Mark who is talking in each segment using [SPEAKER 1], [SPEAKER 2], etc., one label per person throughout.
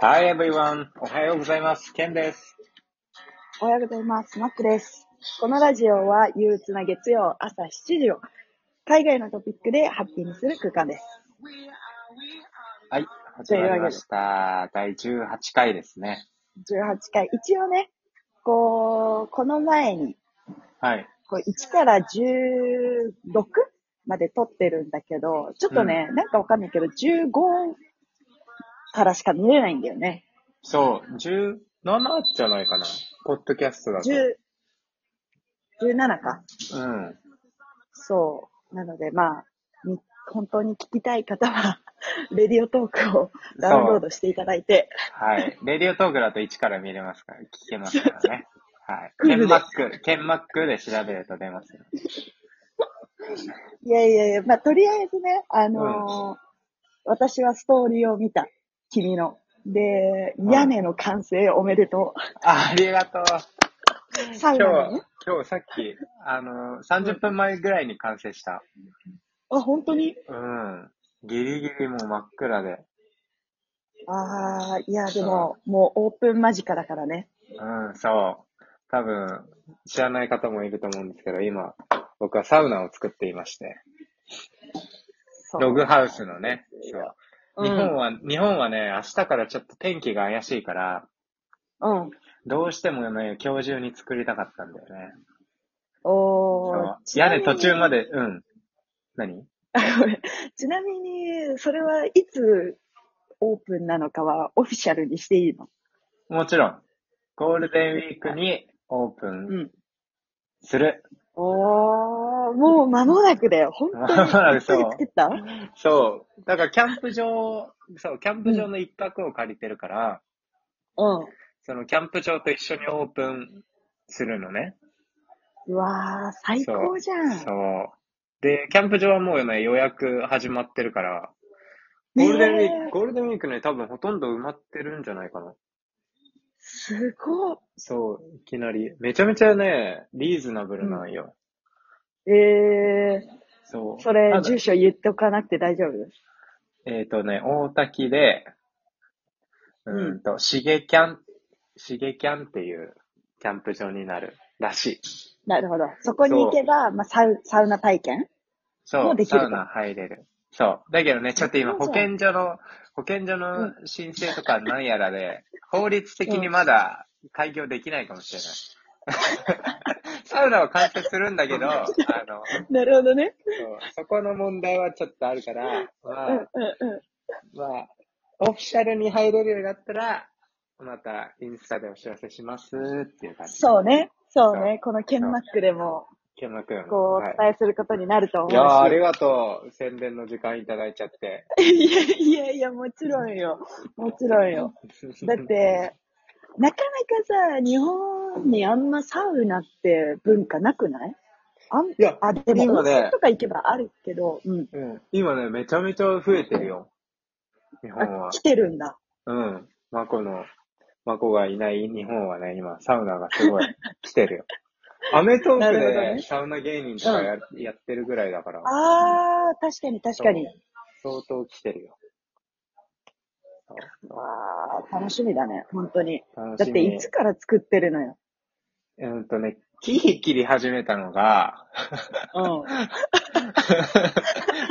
[SPEAKER 1] Hi everyone! おはようございます。ケンです。
[SPEAKER 2] おはようございます。マックです。このラジオは憂鬱な月曜朝7時を海外のトピックでハッピーにする空間です。
[SPEAKER 1] はい、始まりました。第18回ですね。
[SPEAKER 2] 18回。一応ね、こう、この前に、
[SPEAKER 1] はい。
[SPEAKER 2] こう1から 16? まで撮ってるんだけど、ちょっとね、なんかわかんないけど、15からしか見れないんだよね。
[SPEAKER 1] そう、17じゃないかな。ポッドキャストだと。
[SPEAKER 2] 10 17か。
[SPEAKER 1] うん。
[SPEAKER 2] そう。なので、まあ、み本当に聞きたい方は、 レディオトークをダウンロードしていただいて、
[SPEAKER 1] はい。レディオトークだと1から見れますから、聞けますから ね。はい。
[SPEAKER 2] クイ
[SPEAKER 1] ケ
[SPEAKER 2] ズで
[SPEAKER 1] ンマック、ケンマックで調べると出ますよ。
[SPEAKER 2] いやいやいや、まあ、とりあえずね、あのー私はストーリーを見た。君の。で、
[SPEAKER 1] はい
[SPEAKER 2] 屋根の完成おめでと
[SPEAKER 1] あ、ありがとう。
[SPEAKER 2] う。最
[SPEAKER 1] 今
[SPEAKER 2] 後に
[SPEAKER 1] 日
[SPEAKER 2] ね。、
[SPEAKER 1] 今日さっき、あの、30分前ぐらいに完成した。
[SPEAKER 2] あ、本当に
[SPEAKER 1] うん。ギリギリもう真っ暗で。
[SPEAKER 2] ああ、いや、でも、もうオープン間近だからね。
[SPEAKER 1] うん、そう。多分、知らない方もいると思うんですけど、今、僕はサウナを作っていまして、
[SPEAKER 2] そう
[SPEAKER 1] ログハウスのね、そう。
[SPEAKER 2] うん
[SPEAKER 1] 日本は、日本はね、明日からちょっと天気が怪しいから、
[SPEAKER 2] うん。
[SPEAKER 1] どうしてもね、今日中に作りたかったんだよね。そ
[SPEAKER 2] おー
[SPEAKER 1] う。屋根途中ま
[SPEAKER 2] で。
[SPEAKER 1] で、うん。何
[SPEAKER 2] ごめんちなみに、それはいつオープンなのかはオフィシャルにしていいの
[SPEAKER 1] もちろん、ゴールデンウィークにオープ
[SPEAKER 2] う
[SPEAKER 1] ン
[SPEAKER 2] ん。
[SPEAKER 1] する。
[SPEAKER 2] おー、もう間もなくだよ。本当に。
[SPEAKER 1] 間もなく
[SPEAKER 2] 一
[SPEAKER 1] そう
[SPEAKER 2] 人作った
[SPEAKER 1] そう。だから、キャンプ場、そう、キャンプ場の一角を借りてるから、
[SPEAKER 2] うん。
[SPEAKER 1] そのキャンプ場と一緒にオープンするのね。
[SPEAKER 2] うわー、最高じゃん。
[SPEAKER 1] そう。で、キャンプ場はもうね、予約始まってるから、ゴールデンウィーク、
[SPEAKER 2] ねえ
[SPEAKER 1] ゴールデンウィークね、多分ほとんど埋まってるんじゃないかな。
[SPEAKER 2] すごい。
[SPEAKER 1] そう、いきなり。めちゃめちゃね、リーズナブルなんよ。
[SPEAKER 2] え
[SPEAKER 1] そ
[SPEAKER 2] ー、
[SPEAKER 1] う。
[SPEAKER 2] それ
[SPEAKER 1] た、だ
[SPEAKER 2] 住所言っておかなくて大丈夫
[SPEAKER 1] えっ、とね、大滝で、うーんと、しげキャン、しげキャンっていうキャンプ場になるらしい。
[SPEAKER 2] なるほど。そこに行けば、まあ、サウ、サウナ体験
[SPEAKER 1] そ
[SPEAKER 2] も
[SPEAKER 1] う
[SPEAKER 2] う、でき
[SPEAKER 1] サ
[SPEAKER 2] ると
[SPEAKER 1] ウナ入れる。そう。だけどね、ちょっと今、
[SPEAKER 2] そう
[SPEAKER 1] 保
[SPEAKER 2] じゃん
[SPEAKER 1] 健所の、保健所の申請とかなんやらで、法律的にまだ開業できないかもしれない。 サウナは開設するんだけど、あの、そう
[SPEAKER 2] なるほどね。
[SPEAKER 1] そこの問題はちょっとあるから、
[SPEAKER 2] うんうん
[SPEAKER 1] まあ、
[SPEAKER 2] うん。
[SPEAKER 1] まあ、オフィシャルに入れるようになったら、またインスタでお知らせしますっていう感じ。
[SPEAKER 2] そうね。そう
[SPEAKER 1] そ
[SPEAKER 2] ね。このケンマックでも、
[SPEAKER 1] ケンマくん。
[SPEAKER 2] こう、お
[SPEAKER 1] はい
[SPEAKER 2] 伝えすることになると思う
[SPEAKER 1] い
[SPEAKER 2] し。
[SPEAKER 1] やーありがとう。宣伝の時間いただいちゃって。
[SPEAKER 2] いやいやいや、もちろんよ。もちろんよ。だっ、て、なかなかさ、日本にあんまサウナって文化なくないあん
[SPEAKER 1] いや
[SPEAKER 2] あ、でも
[SPEAKER 1] 今
[SPEAKER 2] 温
[SPEAKER 1] ね
[SPEAKER 2] 泉とか行けばあるけど、うん。
[SPEAKER 1] うん。今ね、めちゃめちゃ増えてるよ。日本
[SPEAKER 2] あ
[SPEAKER 1] は、。
[SPEAKER 2] 来てるんだ。
[SPEAKER 1] うん。マコの、マコがいない日本はね、今、サウナがすごい来て るよ。アメトー
[SPEAKER 2] な
[SPEAKER 1] ク
[SPEAKER 2] るほど
[SPEAKER 1] で
[SPEAKER 2] ね
[SPEAKER 1] サウナ芸人とかや,、やってるぐらいだから、
[SPEAKER 2] あー、確かに確かに。
[SPEAKER 1] 相当来てるよ。
[SPEAKER 2] わー、楽しみだね、本当に。
[SPEAKER 1] 楽
[SPEAKER 2] だっ
[SPEAKER 1] してみ。
[SPEAKER 2] いつから作ってるのよ。
[SPEAKER 1] うんとね、キリキリ始めたのが、
[SPEAKER 2] うん。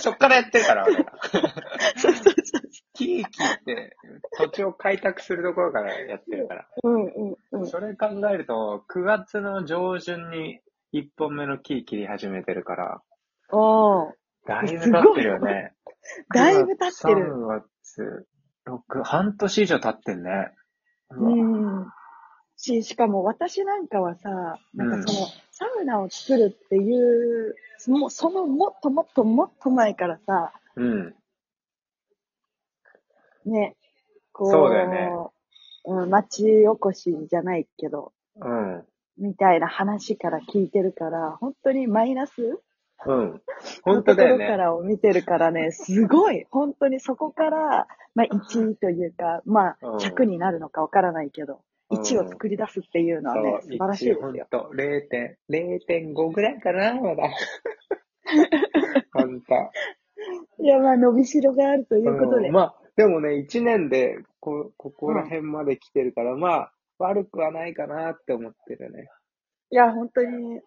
[SPEAKER 1] そっからやってるから、俺ら。キリキリって、土地を開拓するところからやってるから。
[SPEAKER 2] うんうんうん。
[SPEAKER 1] それ考えると、9月の上旬に1本目の木切り始めてるから、
[SPEAKER 2] おー、
[SPEAKER 1] だいぶ経ってるよね。
[SPEAKER 2] だいぶ経ってる。
[SPEAKER 1] 3月、6、半年以上経ってんね。うわ
[SPEAKER 2] うん。し、しかも私なんかはさ、なんかその、
[SPEAKER 1] う
[SPEAKER 2] サウナを作るっていう、もうそのもっともっともっと前からさ、
[SPEAKER 1] うん。
[SPEAKER 2] ね、こう、
[SPEAKER 1] そうだよね
[SPEAKER 2] うん、町おこしじゃないけど、
[SPEAKER 1] うん。
[SPEAKER 2] みたいな話から聞いてるから、本当にマイナス
[SPEAKER 1] うん。本当だよ
[SPEAKER 2] のところか
[SPEAKER 1] ね。
[SPEAKER 2] らを見てるからね、すごい本当にそこから、まあ1位というか、まあ
[SPEAKER 1] うん
[SPEAKER 2] 100になるのかわからないけど、 1を作り出すっていうのはね、素晴らしいですよ。
[SPEAKER 1] 本当零点、0.5ぐらいかな、まだ。 本当。
[SPEAKER 2] いや、まあ、伸びしろがあるということで。
[SPEAKER 1] うんまあ、でもね、1年でこ、ここら辺まで来てるから、まあ、悪くはないかなって思ってるね。
[SPEAKER 2] いや、本当に、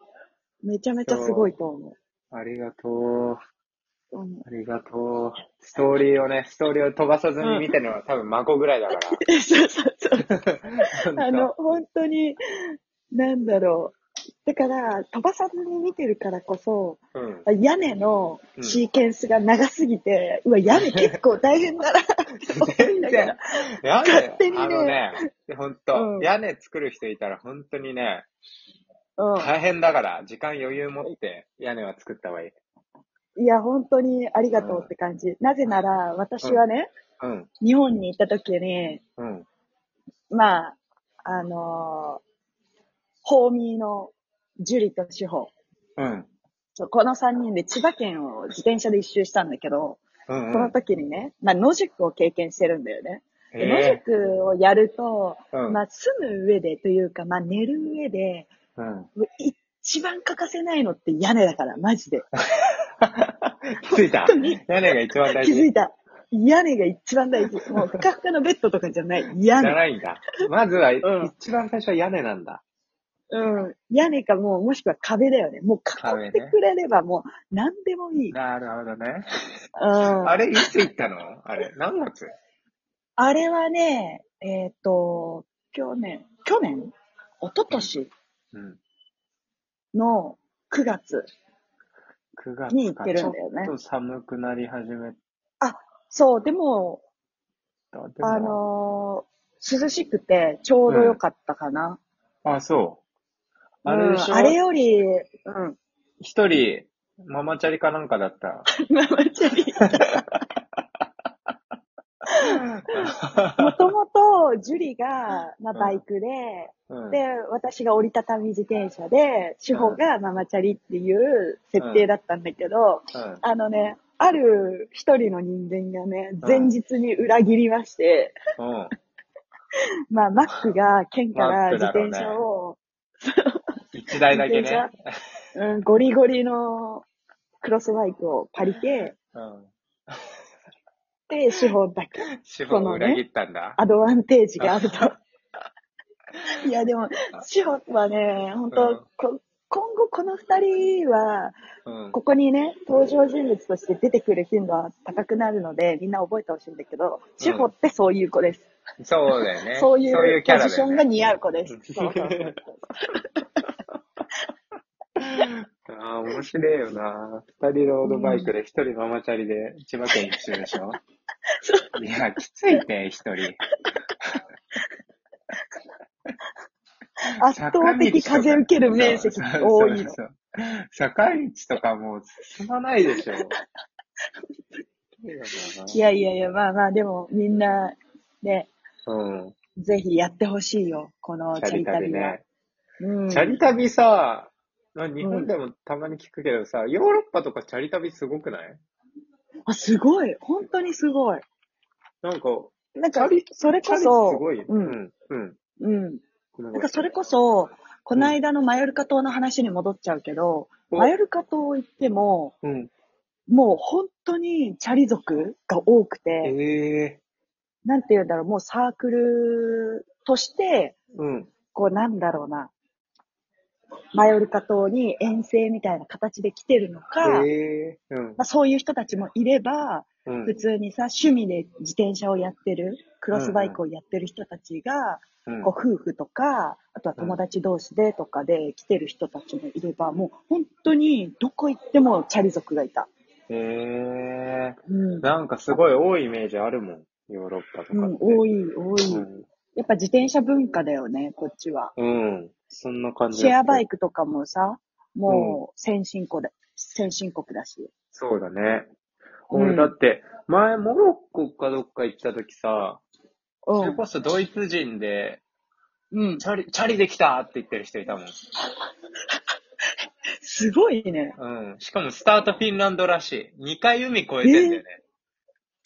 [SPEAKER 2] めちゃめちゃすごいと思
[SPEAKER 1] ありがとう。
[SPEAKER 2] う。うん
[SPEAKER 1] ありがとう。ストーリーをね、ストーリーを飛ばさずに見てるのは、多分孫ぐらいだか
[SPEAKER 2] そうそうそ う。
[SPEAKER 1] ら。
[SPEAKER 2] あの、本当に、なんだろう。だから、飛ばさずに見てるからこそ、
[SPEAKER 1] うん、
[SPEAKER 2] 屋根のシーケンスが長すぎて、うわ、屋根結構大変だなって思い
[SPEAKER 1] 全
[SPEAKER 2] ながら
[SPEAKER 1] 然。、屋
[SPEAKER 2] 勝手
[SPEAKER 1] 根、
[SPEAKER 2] にね
[SPEAKER 1] あのね、本当、
[SPEAKER 2] うん
[SPEAKER 1] 屋根作る人いたら本当にね、
[SPEAKER 2] う
[SPEAKER 1] 大変だから、時間余裕持って屋根は作った方がいい。
[SPEAKER 2] ん。いや、本当にありがとうって感じ。なぜなら、私はね、
[SPEAKER 1] うん、
[SPEAKER 2] 日本に行った時に、
[SPEAKER 1] うん、
[SPEAKER 2] まあ、あのーホーミーのジュリと志保。
[SPEAKER 1] うん、
[SPEAKER 2] そうこの3人で千葉県を自転車で一周したんだけど、
[SPEAKER 1] うん、
[SPEAKER 2] こ
[SPEAKER 1] う
[SPEAKER 2] の
[SPEAKER 1] ん。
[SPEAKER 2] 時にね、まあ、野宿を経験してるんだよね。で野
[SPEAKER 1] え
[SPEAKER 2] 宿をやると、
[SPEAKER 1] えうん
[SPEAKER 2] まあ、住む上でというか、まあ、寝る上で、
[SPEAKER 1] うん。
[SPEAKER 2] 一番欠かせないのって屋根だから、マ ジで。
[SPEAKER 1] 気づいた屋根が一番大
[SPEAKER 2] 気
[SPEAKER 1] 事。
[SPEAKER 2] づいた。屋根が一番大事。もう、ふかふかのベッドとかじゃない。屋
[SPEAKER 1] じゃ
[SPEAKER 2] 根。
[SPEAKER 1] ないんだ。まずは、
[SPEAKER 2] ん
[SPEAKER 1] 一番最初は屋根なんだ。
[SPEAKER 2] うん。屋根かもう、もしくは壁だよね。もう囲ってくれればもう、何でもいい。
[SPEAKER 1] なるほどね。
[SPEAKER 2] うん。
[SPEAKER 1] あれ、いつ行ったのあれ、何月
[SPEAKER 2] あれはね、えっ、と、去年、去年一昨年
[SPEAKER 1] うん。
[SPEAKER 2] の9月。
[SPEAKER 1] 9月
[SPEAKER 2] に行ってるんだよね
[SPEAKER 1] ちょっと寒くなり始め
[SPEAKER 2] そう、でも、
[SPEAKER 1] た。でも
[SPEAKER 2] あのー涼しくてちょうど良かったかな。
[SPEAKER 1] あ、そう。
[SPEAKER 2] うん、
[SPEAKER 1] あれでしょ、
[SPEAKER 2] あれより、 うん。
[SPEAKER 1] 一人、ママチャリかなんかだった。
[SPEAKER 2] ママチャリ。もともと、ジュリが、まあ、バイクで、
[SPEAKER 1] うん、
[SPEAKER 2] で、私が折りたたみ自転車で、志保がママチャリっていう設定だったんだけど、
[SPEAKER 1] うん
[SPEAKER 2] あのね、ある一人の人間がね、前日に裏切りまして、
[SPEAKER 1] うん。
[SPEAKER 2] まあ、マックが県か
[SPEAKER 1] マッ
[SPEAKER 2] ら
[SPEAKER 1] ク
[SPEAKER 2] 自
[SPEAKER 1] だろうね
[SPEAKER 2] 転車を、
[SPEAKER 1] 一台だけ
[SPEAKER 2] 自
[SPEAKER 1] ね
[SPEAKER 2] 転。車うん、ゴリゴリのクロスバイクを借りて、
[SPEAKER 1] うん。
[SPEAKER 2] で、資本だけ、
[SPEAKER 1] 志保を裏切ったんだ。
[SPEAKER 2] アドバンテージがあると。いや、でも、資本はね、本当、
[SPEAKER 1] うん
[SPEAKER 2] こ今後この二人は、
[SPEAKER 1] うん。
[SPEAKER 2] ここにね、登場人物として出てくる頻度は高くなるので、みんな覚えてほしいんだけど、志保ってそういう子です。
[SPEAKER 1] そうだよね。
[SPEAKER 2] そういう
[SPEAKER 1] キャ
[SPEAKER 2] ポ
[SPEAKER 1] ラ
[SPEAKER 2] ジ
[SPEAKER 1] だ
[SPEAKER 2] ショ
[SPEAKER 1] よ
[SPEAKER 2] ンが
[SPEAKER 1] ね。
[SPEAKER 2] 似合う 子です。そうそうそう
[SPEAKER 1] ああ、面白いよな。二人ロードバイクで一人ママチャリで千葉県一周でしょ、いや、きついね、一人。
[SPEAKER 2] 圧倒的風受ける面積
[SPEAKER 1] そうそう
[SPEAKER 2] 多いの
[SPEAKER 1] そ。うそう坂道とかもう進まないでしょ。
[SPEAKER 2] いやいやいや、まあまあ、でもみんな、ね、
[SPEAKER 1] うん。
[SPEAKER 2] ぜひやってほしいよ、この
[SPEAKER 1] チャ
[SPEAKER 2] チャ
[SPEAKER 1] リ
[SPEAKER 2] リ
[SPEAKER 1] 旅
[SPEAKER 2] 旅は。
[SPEAKER 1] ね。
[SPEAKER 2] うん。
[SPEAKER 1] チャリ旅さ、まあ日本でもたまに聞くけどさ、ヨーロッパとかチャリ旅すごくない
[SPEAKER 2] あ、すごい。本当にすごい。
[SPEAKER 1] なんか、
[SPEAKER 2] なん
[SPEAKER 1] チ
[SPEAKER 2] か
[SPEAKER 1] ャリ、
[SPEAKER 2] それ
[SPEAKER 1] チャ
[SPEAKER 2] こ
[SPEAKER 1] リす
[SPEAKER 2] そ、
[SPEAKER 1] ごい。
[SPEAKER 2] う、
[SPEAKER 1] うんん。うん。ご
[SPEAKER 2] うん。
[SPEAKER 1] めんご
[SPEAKER 2] なん
[SPEAKER 1] め
[SPEAKER 2] か
[SPEAKER 1] ん
[SPEAKER 2] それこそ、この間のマヨルカ島の話に戻っちゃうけど、
[SPEAKER 1] お
[SPEAKER 2] マヨルカ島行っても、
[SPEAKER 1] うん。
[SPEAKER 2] もう本当にチャリ族が多くて、
[SPEAKER 1] ええ
[SPEAKER 2] なんて言うんだろう、もうサークルとして、
[SPEAKER 1] うん。
[SPEAKER 2] こうなんだろうな、マヨルカ島に遠征みたいな形で来てるのか、
[SPEAKER 1] ええうん
[SPEAKER 2] まあ、そういう人たちもいれば、
[SPEAKER 1] うん。
[SPEAKER 2] 普通にさ、趣味で自転車をやってる、クロスバイクをやってる人たちが、
[SPEAKER 1] うん
[SPEAKER 2] こう夫婦とか、あとは友達同士でとかで来てる人たちもいれば、もう本当にどこ行ってもチャリ族がいた。
[SPEAKER 1] ええ
[SPEAKER 2] うん。
[SPEAKER 1] なんかすごい多いイメージあるもん。ヨーロッパと
[SPEAKER 2] う
[SPEAKER 1] かっ
[SPEAKER 2] ん
[SPEAKER 1] て。、
[SPEAKER 2] 多い、多い。
[SPEAKER 1] うん
[SPEAKER 2] やっぱ自転車文化だよね、こっちは。
[SPEAKER 1] うん。そんな感じ。
[SPEAKER 2] シェアバイ
[SPEAKER 1] ク。
[SPEAKER 2] クとかもさ、もう先進国だ、先進国だし。
[SPEAKER 1] そうだね。
[SPEAKER 2] うん
[SPEAKER 1] 俺だって、前、モロッコかどっか行った時さ、
[SPEAKER 2] う
[SPEAKER 1] それ
[SPEAKER 2] ん。
[SPEAKER 1] こそドイツ人で、
[SPEAKER 2] うん。
[SPEAKER 1] チャリ、チャリできたって言ってる人いたもん。
[SPEAKER 2] すごいね。
[SPEAKER 1] うん。しかもスタートフィンランドらしい。2回海越えてんだよね。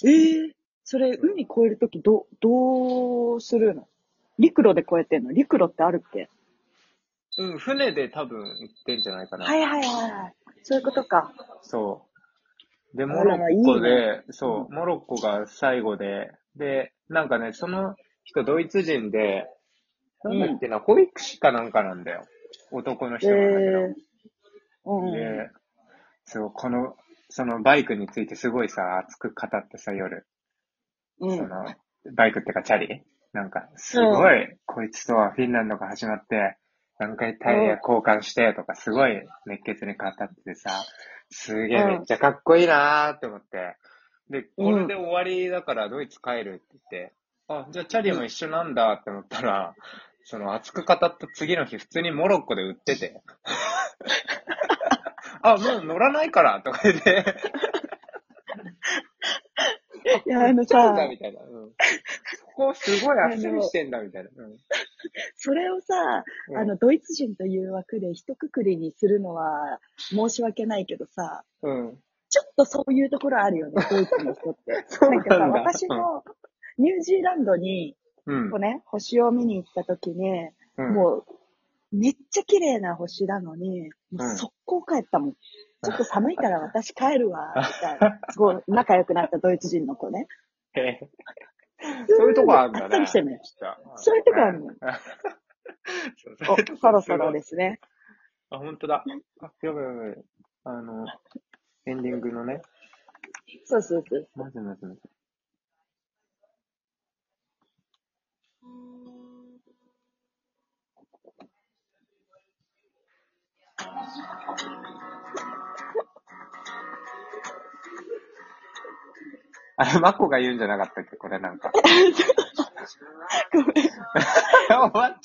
[SPEAKER 2] ええそれ、海越えるとき、ど、どうするの陸路で越えてんの陸路ってあるっけ
[SPEAKER 1] うん、船で多分行ってんじゃないかな。
[SPEAKER 2] はいはいはいはい。そういうことか。
[SPEAKER 1] そう。で、
[SPEAKER 2] ら
[SPEAKER 1] モロッコで、
[SPEAKER 2] いい
[SPEAKER 1] そう、モロッコが最後で、で、なんかね、その人、ドイツ人で、なんだっけな、保育士かなんかなんだよ。男の
[SPEAKER 2] え
[SPEAKER 1] 人
[SPEAKER 2] ー
[SPEAKER 1] なんだけど。、
[SPEAKER 2] うん。
[SPEAKER 1] で、そう、この、そのバイクについてすごいさ、熱く語ってさ、夜。
[SPEAKER 2] う
[SPEAKER 1] そ
[SPEAKER 2] ん。
[SPEAKER 1] の、バイクってかチャリなんか、すごい、こいつとはフィンランドが始まって、何回タイヤ交換してとか、すごい熱血に語っててさ、すげえ
[SPEAKER 2] うん
[SPEAKER 1] めっちゃかっこいいなーって思って。で、これで終わりだからドイツ帰るって言って、あ、じゃあチャリも一緒なんだって思ったら、その熱く語った次の日、普通にモロッコで売って て。あ、もう乗らないからとか言って。
[SPEAKER 2] いや、あ
[SPEAKER 1] そ
[SPEAKER 2] の
[SPEAKER 1] う
[SPEAKER 2] さ、
[SPEAKER 1] だみたいな。うん、ここすごいあっさりしてんだみたいな。うん
[SPEAKER 2] それをさ、
[SPEAKER 1] うん
[SPEAKER 2] あの、ドイツ人という枠で一括りにするのは申し訳ないけどさ、
[SPEAKER 1] うん。
[SPEAKER 2] ちょっとそういうところあるよ ね、ドイツの人って。
[SPEAKER 1] そうなんだ
[SPEAKER 2] かさ、私もニュージーランドに、
[SPEAKER 1] うん
[SPEAKER 2] こう。ね、星を見に行った時に、
[SPEAKER 1] うん
[SPEAKER 2] もう、めっちゃ綺麗な星なのに、もう速攻帰ったもん。ちょっと寒いから私帰る わ、みたいな。すごい仲良くなったドイツ人の子ね。
[SPEAKER 1] へえそういうとこあるんだね。
[SPEAKER 2] あっさりしてんのよ
[SPEAKER 1] きっと
[SPEAKER 2] そういうとこあるのよ。
[SPEAKER 1] そう
[SPEAKER 2] お
[SPEAKER 1] そういうとこ
[SPEAKER 2] そろそろですすね。
[SPEAKER 1] ごい。あ、本当だ。あ、やばいやばいやばい。あの、エンディングのね。
[SPEAKER 2] そうそうそう。
[SPEAKER 1] まずまずまず。あれ、 マコが言うんじゃなかったっけこれなんか。
[SPEAKER 2] ごめん。
[SPEAKER 1] 終わっ